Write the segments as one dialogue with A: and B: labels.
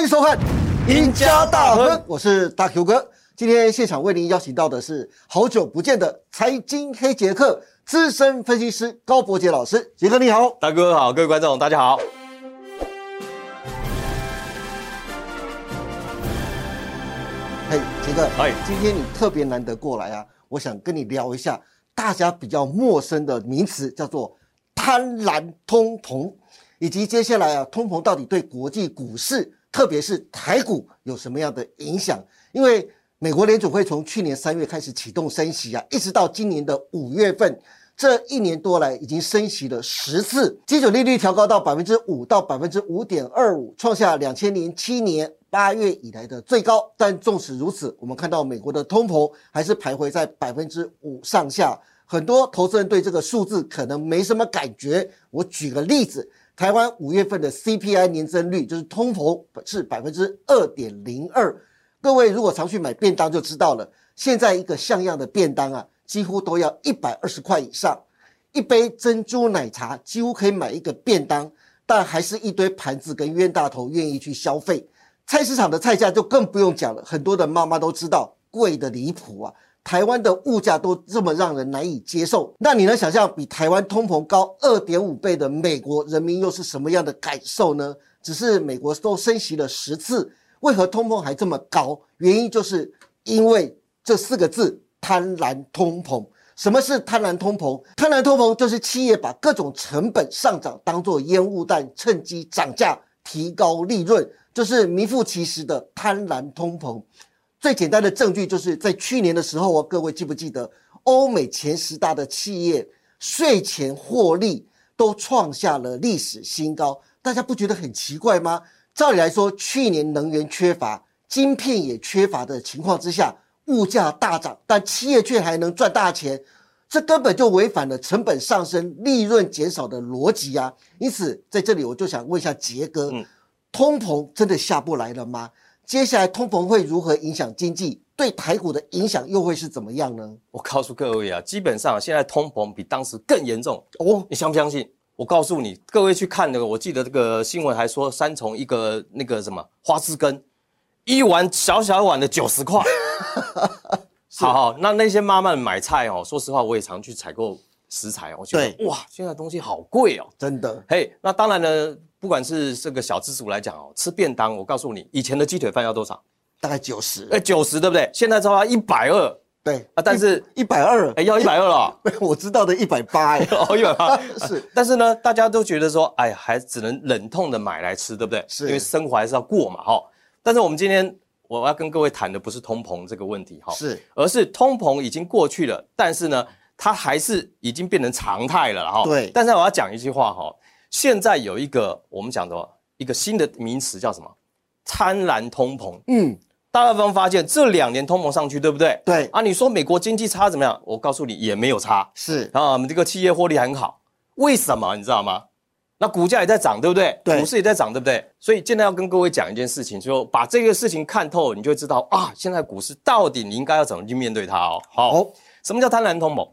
A: 迎收看《赢家大亨》，我是大 Q 哥。今天现场为您邀请到的是好久不见的财经黑杰克资深分析师高博杰老师，杰哥你好。
B: 大哥好，各位观众大家好。
A: 嘿，杰哥，
B: 哎
A: 今天你特别难得过来啊，我想跟你聊一下大家比较陌生的名词，叫做贪婪通膨，以及接下来啊，通膨到底对国际股市，特别是台股有什么样的影响？因为美国联储会从去年三月开始启动升息啊，一直到今年的五月份。这一年多来已经升息了十次，基准利率调高到百分之五到百分之五点二五，创下两千零七年八月以来的最高。但纵使如此，我们看到美国的通膨还是徘徊在百分之五上下。很多投资人对这个数字可能没什么感觉。我举个例子，台湾五月份的 CPI 年增率就是通膨是百分之二点零二。各位如果常去买便当就知道了，现在一个像样的便当啊，几乎都要一百二十块以上，一杯珍珠奶茶几乎可以买一个便当，但还是一堆盘子跟冤大头愿意去消费。菜市场的菜价就更不用讲了，很多的妈妈都知道贵的离谱啊。台湾的物价都这么让人难以接受，那你能想象比台湾通膨高二点五倍的美国人民又是什么样的感受呢？只是美国都升息了十次，为何通膨还这么高？原因就是因为这四个字“贪婪通膨”。什么是贪婪通膨？贪婪通膨就是企业把各种成本上涨当作烟雾弹，趁机涨价提高利润，就是名副其实的贪婪通膨。最简单的证据就是在去年的时候啊，各位记不记得，欧美前十大的企业税前获利都创下了历史新高，大家不觉得很奇怪吗？照理来说，去年能源缺乏、晶片也缺乏的情况之下，物价大涨，但企业却还能赚大钱，这根本就违反了成本上升、利润减少的逻辑啊！因此，在这里我就想问一下杰哥，通膨真的下不来了吗？接下来通膨会如何影响经济？对台股的影响又会是怎么样呢？
B: 我告诉各位啊，基本上现在通膨比当时更严重，
A: 哦，
B: 你相不相信？我告诉你，各位去看那个，我记得这个新闻还说三重一个那个什么花枝羹，一碗小小碗的九 十块。好好，那那些妈妈们买菜哦，说实话，我也常去采购食材哦，我觉得
A: 对
B: 哇，现在东西好贵哦。
A: 真的，
B: 嘿，那当然呢，不管是这个小资族来讲哦，吃便当，我告诉你，以前的鸡腿饭要多少？
A: 大概九十、
B: 哎，九十对不对？现在超到一百二
A: 对
B: 啊，但是
A: 一百二，
B: 哎要一百二了，
A: 我知道的一百八，哎，
B: 哦一百八
A: 是。
B: 但是呢，大家都觉得说，哎，还只能忍痛的买来吃，对不对？
A: 是
B: 因为生活还是要过嘛，哈、但是我们今天我要跟各位谈的不是通膨这个问题，哈、
A: 是
B: 而是通膨已经过去了，但是呢，它还是已经变成常态了啦哈。
A: 对
B: 但是我要讲一句话哈，现在有一个我们讲的一个新的名词叫什么？贪婪通膨。
A: 嗯，
B: 大家有没有发现这两年通膨上去，对不对？
A: 对
B: 啊，你说美国经济差怎么样？我告诉你，也没有差。
A: 是
B: 啊，我们这个企业获利很好，为什么你知道吗？那股价也在涨，对不对？
A: 对
B: 股市也在涨，对不对？所以现在要跟各位讲一件事情，就把这个事情看透，你就会知道啊，现在股市到底你应该要怎么去面对它哦。好，
A: 好
B: 什么叫贪婪通膨？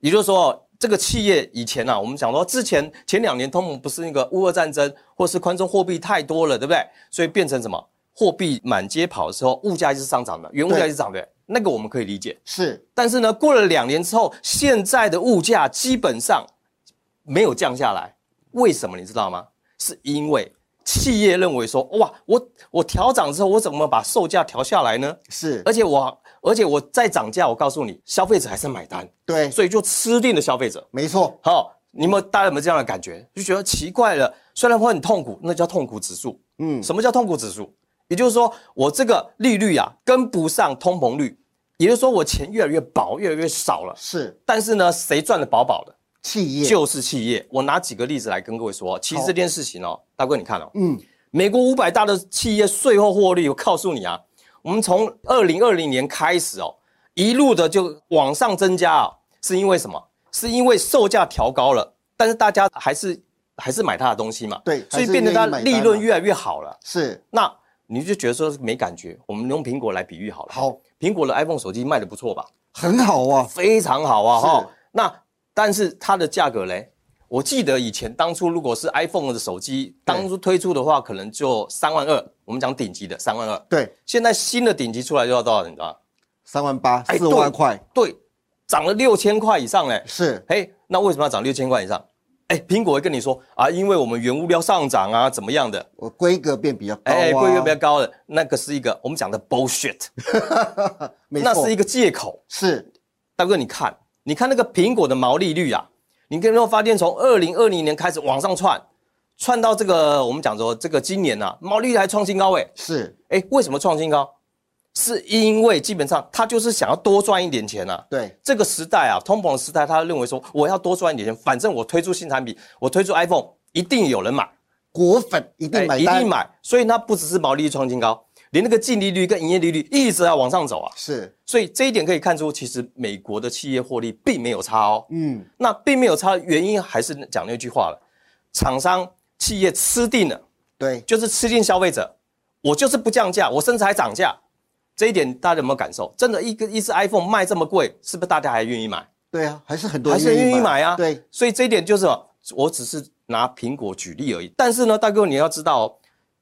B: 也就是说，这个企业以前啊，我们讲说之前前两年通膨不是那个乌俄战争或是宽松货币太多了，对不对？所以变成什么？货币满街跑的时候，物价一直上涨的，原物价
A: 对
B: 一直涨的，那个我们可以理解。
A: 是，
B: 但是呢，过了两年之后，现在的物价基本上没有降下来，为什么你知道吗？是因为企业认为说，哇，我我调涨之后，我怎么把售价调下来呢？
A: 是
B: 而且我而且我再涨价，我告诉你，消费者还是买单，
A: 对，
B: 所以就吃定了消费者。
A: 没错，
B: 好，你们大家有没有这样的感觉？就觉得奇怪了，虽然会很痛苦，那叫痛苦指数。
A: 嗯，
B: 什么叫痛苦指数？也就是说，我这个利率啊跟不上通膨率，也就是说我钱越来越薄，越来越少了。
A: 是
B: 但是呢，谁赚的饱饱的？
A: 企业，
B: 就是企业。我拿几个例子来跟各位说。其实
A: 好
B: 这件事情哦，大哥你看哦，
A: 嗯，
B: 美国五百大的企业税后获利，我告诉你啊，我们从二零二零年开始哦，一路的就往上增加啊、是因为什么？是因为售价调高了，但是大家还是还是买他的东西嘛，
A: 对
B: 所
A: 还
B: 以
A: 是
B: 变得
A: 愿
B: 它
A: 意买单
B: 利润
A: 嘛
B: 越来越好了。
A: 是
B: 那你就觉得说没感觉，我们用苹果来比喻好了。
A: 好，
B: 苹果的 iPhone 手机卖的不错吧？
A: 很好啊，
B: 非常好啊
A: 是
B: 哈。那但是它的价格嘞，我记得以前当初如果是 iPhone 的手机当初推出的话，可能就三万二，我们讲顶级的三万二。
A: 对，
B: 现在新的顶级出来就要多少？你知道吗？
A: 三万八，
B: 哎
A: 四万块，
B: 对，涨了六千块以上嘞。
A: 是
B: 哎，那为什么要涨六千块以上？哎，苹果会跟你说啊，因为我们原物料上涨啊，怎么样的？
A: 我规格变比较高啊，
B: 哎，规格比较高的那个是一个我们讲的 bullshit，
A: 没
B: 那
A: 错
B: 是一个借口。
A: 是
B: 大哥，你看，你看那个苹果的毛利率啊，你可以会发现从二零二零年开始往上窜，窜到这个我们讲说这个今年啊，毛利率还创新高哎、
A: 是，
B: 诶哎，为什么创新高？是因为基本上他就是想要多赚一点钱啊。
A: 对，
B: 这个时代啊，通膨的时代，他认为说我要多赚一点钱，反正我推出新产品，我推出 iPhone 一定有人买，
A: 果粉一定
B: 哎
A: 买
B: 一
A: 单
B: 定，买，所以它不只是毛利率创新高，连那个净利率跟营业利率一直要往上走啊。
A: 是，
B: 所以这一点可以看出，其实美国的企业获利并没有差哦。
A: 嗯，
B: 那并没有差，原因还是讲那句话了，厂商企业吃定了，
A: 对，
B: 就是吃定消费者，我就是不降价，我甚至还涨价。这一点大家有没有感受？真的，一个一只 iPhone 卖这么贵，是不是大家还愿意买？
A: 对啊，还是很多
B: 还
A: 人
B: 是愿意买啊。
A: 对，，
B: 所以这一点就是哦，我只是拿苹果举例而已。但是呢，大哥你要知道哦，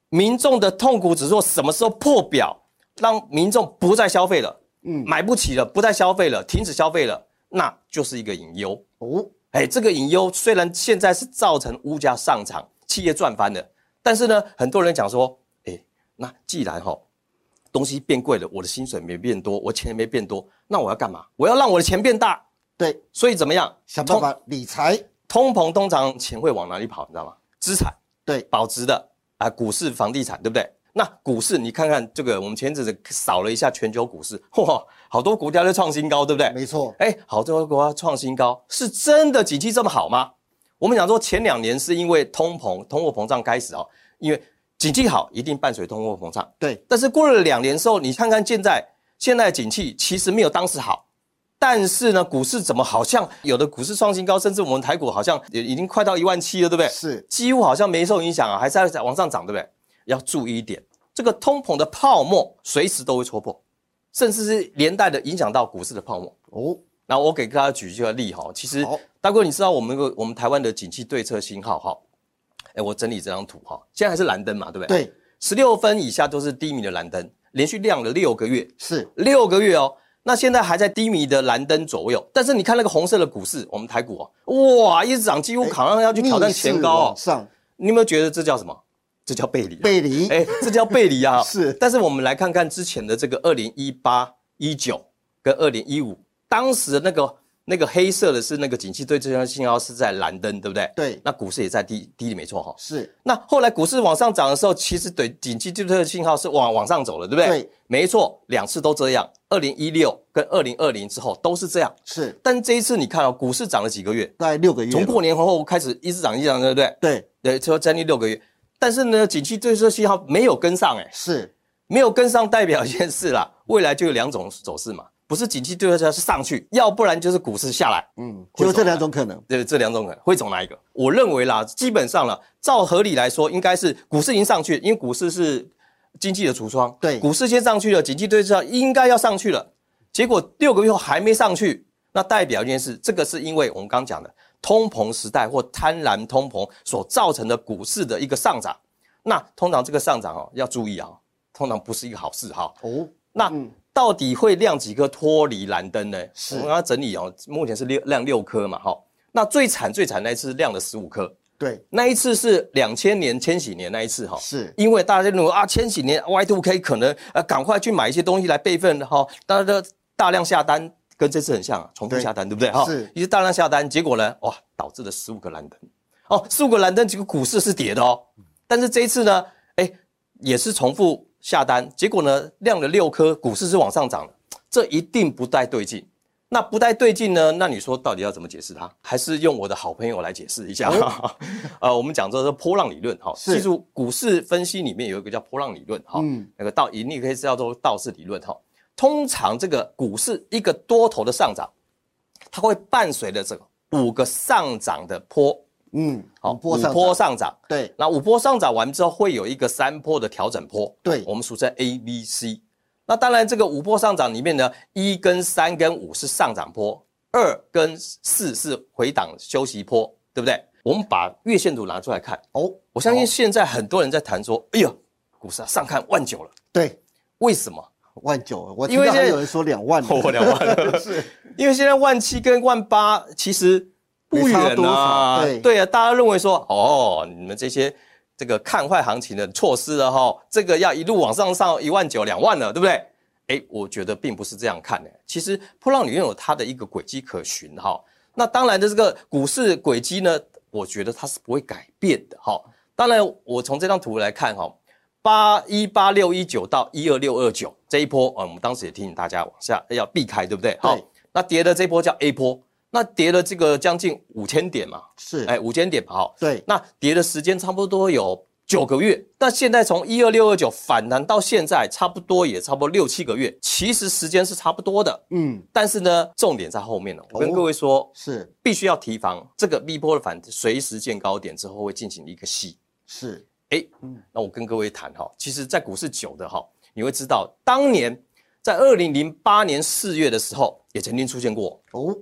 B: 民众的痛苦指数什么时候破表，让民众不再消费了，嗯，买不起了，不再消费了，停止消费了，那就是一个隐忧。
A: 哦，
B: 哎，这个隐忧虽然现在是造成物价上涨，企业赚翻了，但是呢，很多人讲说，哎，那既然哈、东西变贵了，我的薪水没变多，我钱也没变多，那我要干嘛？我要让我的钱变大。
A: 对，
B: 所以怎么样？
A: 想办
B: 通
A: 法理财，
B: 通膨通常钱会往哪里跑？你知道吗？资产
A: 对，
B: 保值的啊，股市、房地产，对不对？那股市你看看这个，我们前阵子扫了一下全球股市，哇，好多股票都创新高，对不对？
A: 没错，
B: 哎，好多国家创新高，是真的景气这么好吗？我们讲说前两年是因为通膨、通货膨胀开始哦，因为景气好一定伴随通货膨胀，
A: 对，
B: 但是过了两年之后，你看看现在现在的景气其实没有当时好，但是呢，股市怎么好像有的股市创新高，甚至我们台股好像也已经快到一万七了，对不对？
A: 是
B: 几乎好像没受影响啊，还在往上涨，对不对？要注意一点，这个通膨的泡沫随时都会戳破，甚至是连带的影响到股市的泡沫。
A: 哦，
B: 那我给大家举一个例哈，其实
A: 好
B: 大哥，你知道我们有个我们台湾的景气对策信号哈？哎，我整理这张图哈，现在还是蓝灯嘛，对不对？
A: 对，
B: 十六分以下都是低迷的蓝灯，连续亮了六个月，
A: 是
B: 六个月哦。那现在还在低迷的蓝灯左右，但是你看那个红色的股市，我们台股哦，哇，一直涨，几乎好像要去挑战
A: 哎
B: 前高
A: 逆势
B: 哦
A: 往。上
B: 你有没有觉得这叫什么？这叫背离、啊。
A: 背离，
B: 哎，这叫背离啊。
A: 是
B: 但是我们来看看之前的这个二零一八、一九跟二零一五，当时的那个那个黑色的是那个景气对这项信号是在蓝灯，对不对？
A: 对
B: 那股市也在低低的，没错哈、
A: 是
B: 那后来股市往上涨的时候，其实对景气对这个信号是往往上走了，对不对？
A: 对，
B: 没错，两次都这样，二零一六跟二零二零之后都是这样。
A: 是，
B: 但这一次你看哦，股市涨了几个月，
A: 大概六个月了，
B: 从过年后开始一直涨一直涨，对不对？
A: 对，
B: 对，就将近六个月。但是呢，景气对这信号没有跟上、哎，
A: 是
B: 没有跟上代表一件事啦，未来就有两种走势嘛，不是景气对策是上去，要不然就是股市下来。
A: 嗯，
B: 会
A: 就
B: 走
A: 这
B: 啊
A: 两种可能，
B: 对，这两种可能会走哪一个？我认为啦，基本上啦，照合理来说，应该是股市已经上去，因为股市是经济的橱窗，
A: 对
B: 股市先上去了，景气对策应该要上去了，结果六个月后还没上去，那代表一件事，这个是因为我们刚讲的通膨时代或贪婪通膨所造成的股市的一个上涨。那通常这个上涨哦，要注意啊、通常不是一个好事哈、
A: 哦，
B: 那到底会亮几颗脱离蓝灯呢？
A: 是
B: 我刚刚整理哦，目前是六亮六颗嘛，哈。那最惨最惨那一次亮了十五颗，
A: 对，
B: 那一次是两千年千禧年那一次哈，
A: 是
B: 因为大家认为啊千禧年 Y two K 可能呃赶快去买一些东西来备份哈，大家都大量下单，跟这次很像，啊，重复
A: 对
B: 下单对不对哈？
A: 是
B: 一直大量下单，结果呢，哇，导致了十五个蓝灯，哦，十五个蓝灯，这个股市是跌的哦，但是这一次呢，哎，也是重复下单，结果呢亮了六颗，股市是往上涨的，这一定不太对劲。那不太对劲呢？那你说到底要怎么解释它？还是用我的好朋友来解释一下？ 呃，我们讲这是波浪理论哈，
A: 哦是
B: 记住股市分析里面有一个叫波浪理论哈，
A: 嗯
B: 那个道盈利可以叫做道氏理论哈。通常这个股市一个多头的上涨，它会伴随着这个五个上涨的坡，
A: 嗯，
B: 好，
A: 五波
B: 五
A: 上
B: 波
A: 涨，
B: 上涨，
A: 对，
B: 那五波上涨完之后，会有一个三波的调整波，
A: 对
B: 我们俗称 A、B、C。那当然，这个五波上涨里面呢，一跟三跟五是上涨波，二跟四是回档休息波，对不对？我们把月线图拿出来看，
A: 哦，
B: 我相信现在很多人在谈说，哎呀，股市啊上看万九了，
A: 对，
B: 为什么？
A: 万九，我
B: 因
A: 听
B: 为
A: 到还
B: 现在
A: 有人说两万呢，
B: 我两万了， 是因为现在万七跟万八其实不
A: 没差
B: 远
A: 多
B: 啊
A: 少，对
B: 对啊，大家认为说，哦，你们这些这个看坏行情的措施了哈，这个要一路往上上一万九、两万了，对不对？哎，我觉得并不是这样看的。其实波浪理论有它的一个轨迹可循哈。那当然的，这个股市轨迹呢，我觉得它是不会改变的哈。当然，我从这张图来看哈，八一八六一九到一二六二九这一波啊、呃我们当时也提醒大家往下要避开，对不对？好，那跌的这波叫 A 波，那跌了这个将近五千点嘛，
A: 是，
B: 哎，五千点吧，好，
A: 对，
B: 那跌的时间差不多有九个月，那现在从一二六二九反弹到现在，差不多也差不多六七个月，其实时间是差不多的，
A: 嗯，
B: 但是呢，重点在后面了。我跟
A: 哦
B: 各位说，
A: 是
B: 必须要提防这个 V 波的反随时见高点之后会进行一个吸。
A: 是，
B: 哎，那我跟各位谈哈，其实，在股市久的哈，你会知道，当年在二零零八年四月的时候，也曾经出现过。
A: 哦，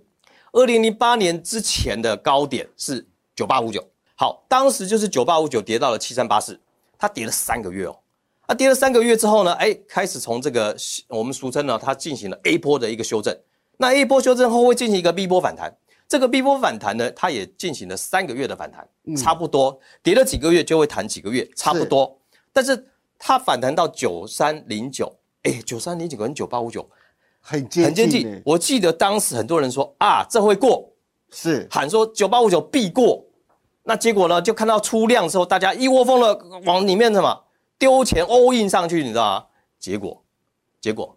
B: 二零零八年之前的高点是九八五九，好，当时就是九八五九跌到了七三八四，它跌了三个月哦。它跌了三个月之后呢，哎，开始从这个我们俗称呢，它进行了 A 波的一个修正。那 A 波修正后会进行一个 B 波反弹，这个 B 波反弹呢，它也进行了三个月的反弹，
A: 嗯
B: 差不多跌了几个月就会弹几个月，差不多。但是它反弹到九三零九，哎，九三零九跟九八五九
A: 很接
B: 很接
A: 近欸
B: 近
A: 呢。，
B: 我记得当时很多人说啊，这会过，
A: 是，
B: 喊说九八五九必过，那结果呢，就看到出量之后，大家一窝蜂的往里面什么丢钱 all in 上去，你知道吗？结果，结果，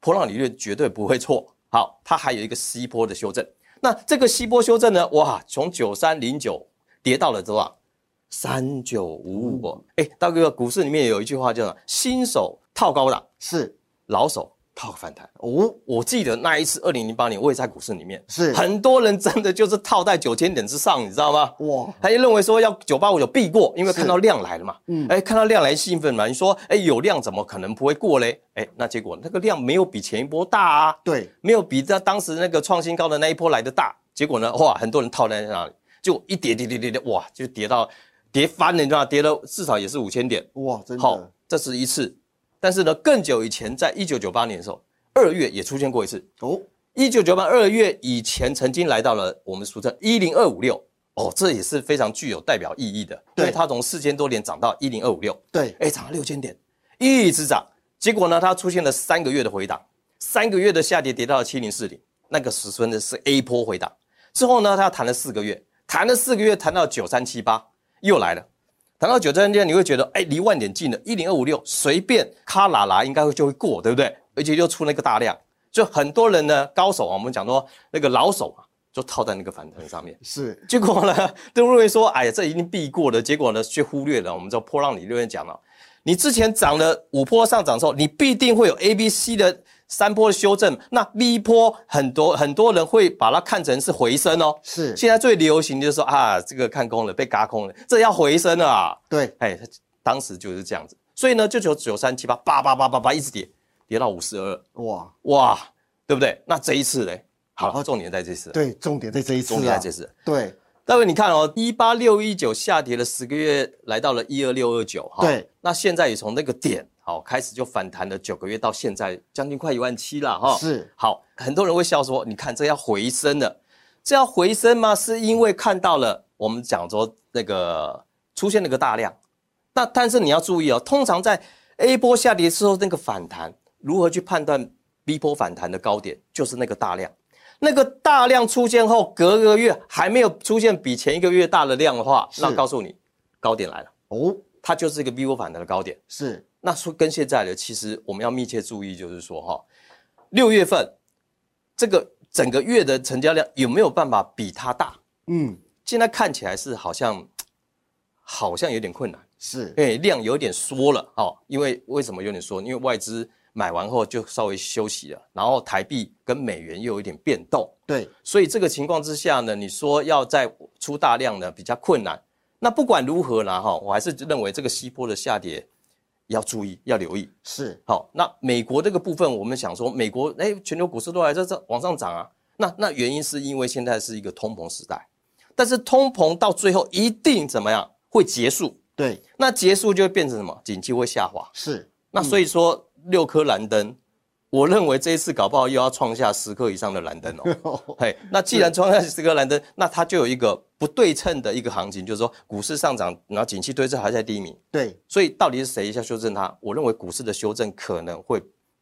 B: 波浪理论绝对不会错。好，它还有一个 C 波的修正，那这个 C 波修正呢，哇，从九三零九跌到了多少？三九五五。哎，大哥，股市里面有一句话叫做“新手套高档，
A: 是，
B: 老手套反弹”。
A: 哦，
B: 我记得那一次，二零零八年，我也在股市里面，
A: 是
B: 很多人真的就是套在九千点之上，你知道吗？
A: 哇，
B: 他就认为说要九八五九必过，因为看到量来了嘛，
A: 嗯
B: 嗯，哎，看到量来兴奋嘛，你说，哎，有量怎么可能不会过嘞？哎，那结果那个量没有比前一波大啊，
A: 对，
B: 没有比在当时那个创新高的那一波来的大。结果呢，哇，很多人套在那里，就一跌跌跌跌跌，哇，就跌到跌翻了，你知道吗？跌了至少也是五千点，
A: 哇，真
B: 好、
A: 的，
B: 这是一次。但是呢，更久以前，在一九九八年的时候，二月也出现过一次。
A: 哦，
B: 一九九八二月以前，曾经来到了我们俗称一零二五六，哦，这也是非常具有代表意义的，
A: 对
B: 因为它从四千多点涨到一零二五六，
A: 对，
B: 哎，涨了六千点，一直涨。结果呢，它出现了三个月的回档，三个月的下跌跌到了七零四零，那个时分的是 A 波回档。之后呢，它谈了四个月，谈了四个月，谈到九三七八又来了，谈到九三七八，你会觉得哎，离万点近了，一零二五六随便咔啦啦应该会就会过，对不对？而且又出那个大量，就很多人呢，高手啊，我们讲说那个老手啊，就套在那个反弹上面。
A: 是，
B: 结果呢，都认为说，哎呀，这一定避过了。结果呢，却忽略了我们这波浪理论讲了，你之前涨了五波上涨之后，你必定会有 A、B、C 的三波的修正。那 B 波很多很多人会把它看成是回升哦。
A: 是，
B: 现在最流行就是说啊，这个看空了，被嘎空了，这要回升了啊。
A: 对，
B: 哎，当时就是这样子，所以呢，就九九三七八八八八八八一直跌，跌到五十二，
A: 哇，
B: 哇，对不对？那这一次嘞，
A: 好
B: 好，重点在这次了，
A: 对，重点在这一次
B: 重点
A: 啊
B: 在，这次了。
A: 对，
B: 大卫，你看哦，一八六一九下跌了十个月，来到了一二六二九哈。
A: 对，
B: 那现在也从那个点好开始就反弹了九个月，到现在将近快一万七了哈。
A: 是
B: 好，很多人会笑说，你看这要回升了，这要回升吗？是因为看到了我们讲说那个出现那个大量，那但是你要注意哦，通常在 A 波下跌之后那个反弹，如何去判断 B 波反弹的高点，就是那个大量。那个大量出现后，隔个月还没有出现比前一个月大的量的话，
A: 是
B: 那告诉你高点来了，
A: 哦，
B: 它就是一个 V 波反弹的高点。
A: 是，
B: 那说跟现在的，其实我们要密切注意，就是说哈，六月份这个整个月的成交量有没有办法比它大？
A: 嗯，
B: 现在看起来是好像好像有点困难。
A: 是，
B: 因为量有点缩了哦，因为为什么有点缩？因为外资买完后就稍微休息了，然后台币跟美元又有一点变动，
A: 对，
B: 所以这个情况之下呢，你说要再出大量呢比较困难。那不管如何啦哈，我还是认为这个西坡的下跌要注意要留意。
A: 是，
B: 好，那美国这个部分，我们想说，美国哎，全球股市都还在这往上涨啊。那那原因是因为现在是一个通膨时代，但是通膨到最后一定怎么样会结束？
A: 对，
B: 那结束就会变成什么？景气会下滑。
A: 是
B: 那所以说六颗蓝灯，我认为这一次搞不好又要创下十颗以上的蓝灯哦。 嘿，那既然创下十颗蓝灯，那它就有一个不对称的一个行情，就是说股市上涨，然后景气对峙还在低迷。
A: 对，
B: 所以到底是谁要修正它？我认为股市的修正可能会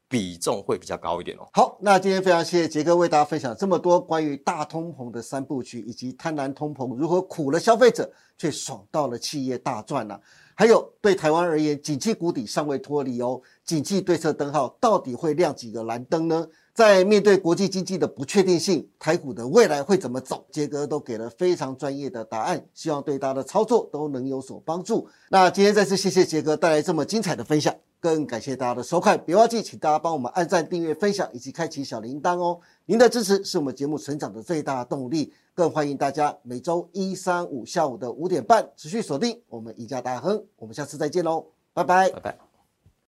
B: 比重会比较高一点哦。
A: 好，那今天非常谢谢杰哥为大家分享这么多关于大通膨的三部曲，以及贪婪通膨如何苦了消费者，却爽到了企业大赚呐、还有对台湾而言，景气谷底尚未脱离哦，景气对策灯号到底会亮几个蓝灯呢？在面对国际经济的不确定性，台股的未来会怎么走？杰哥都给了非常专业的答案，希望对大家的操作都能有所帮助。那今天再次谢谢杰哥带来这么精彩的分享，更感谢大家的收看，别忘记请大家帮我们按赞、订阅、分享以及开启小铃铛哦。您的支持是我们节目成长的最大动力，更欢迎大家每周一、三、五下午的五点半持续锁定我们赢家大亨。我们下次再见喽，拜拜
B: 拜拜。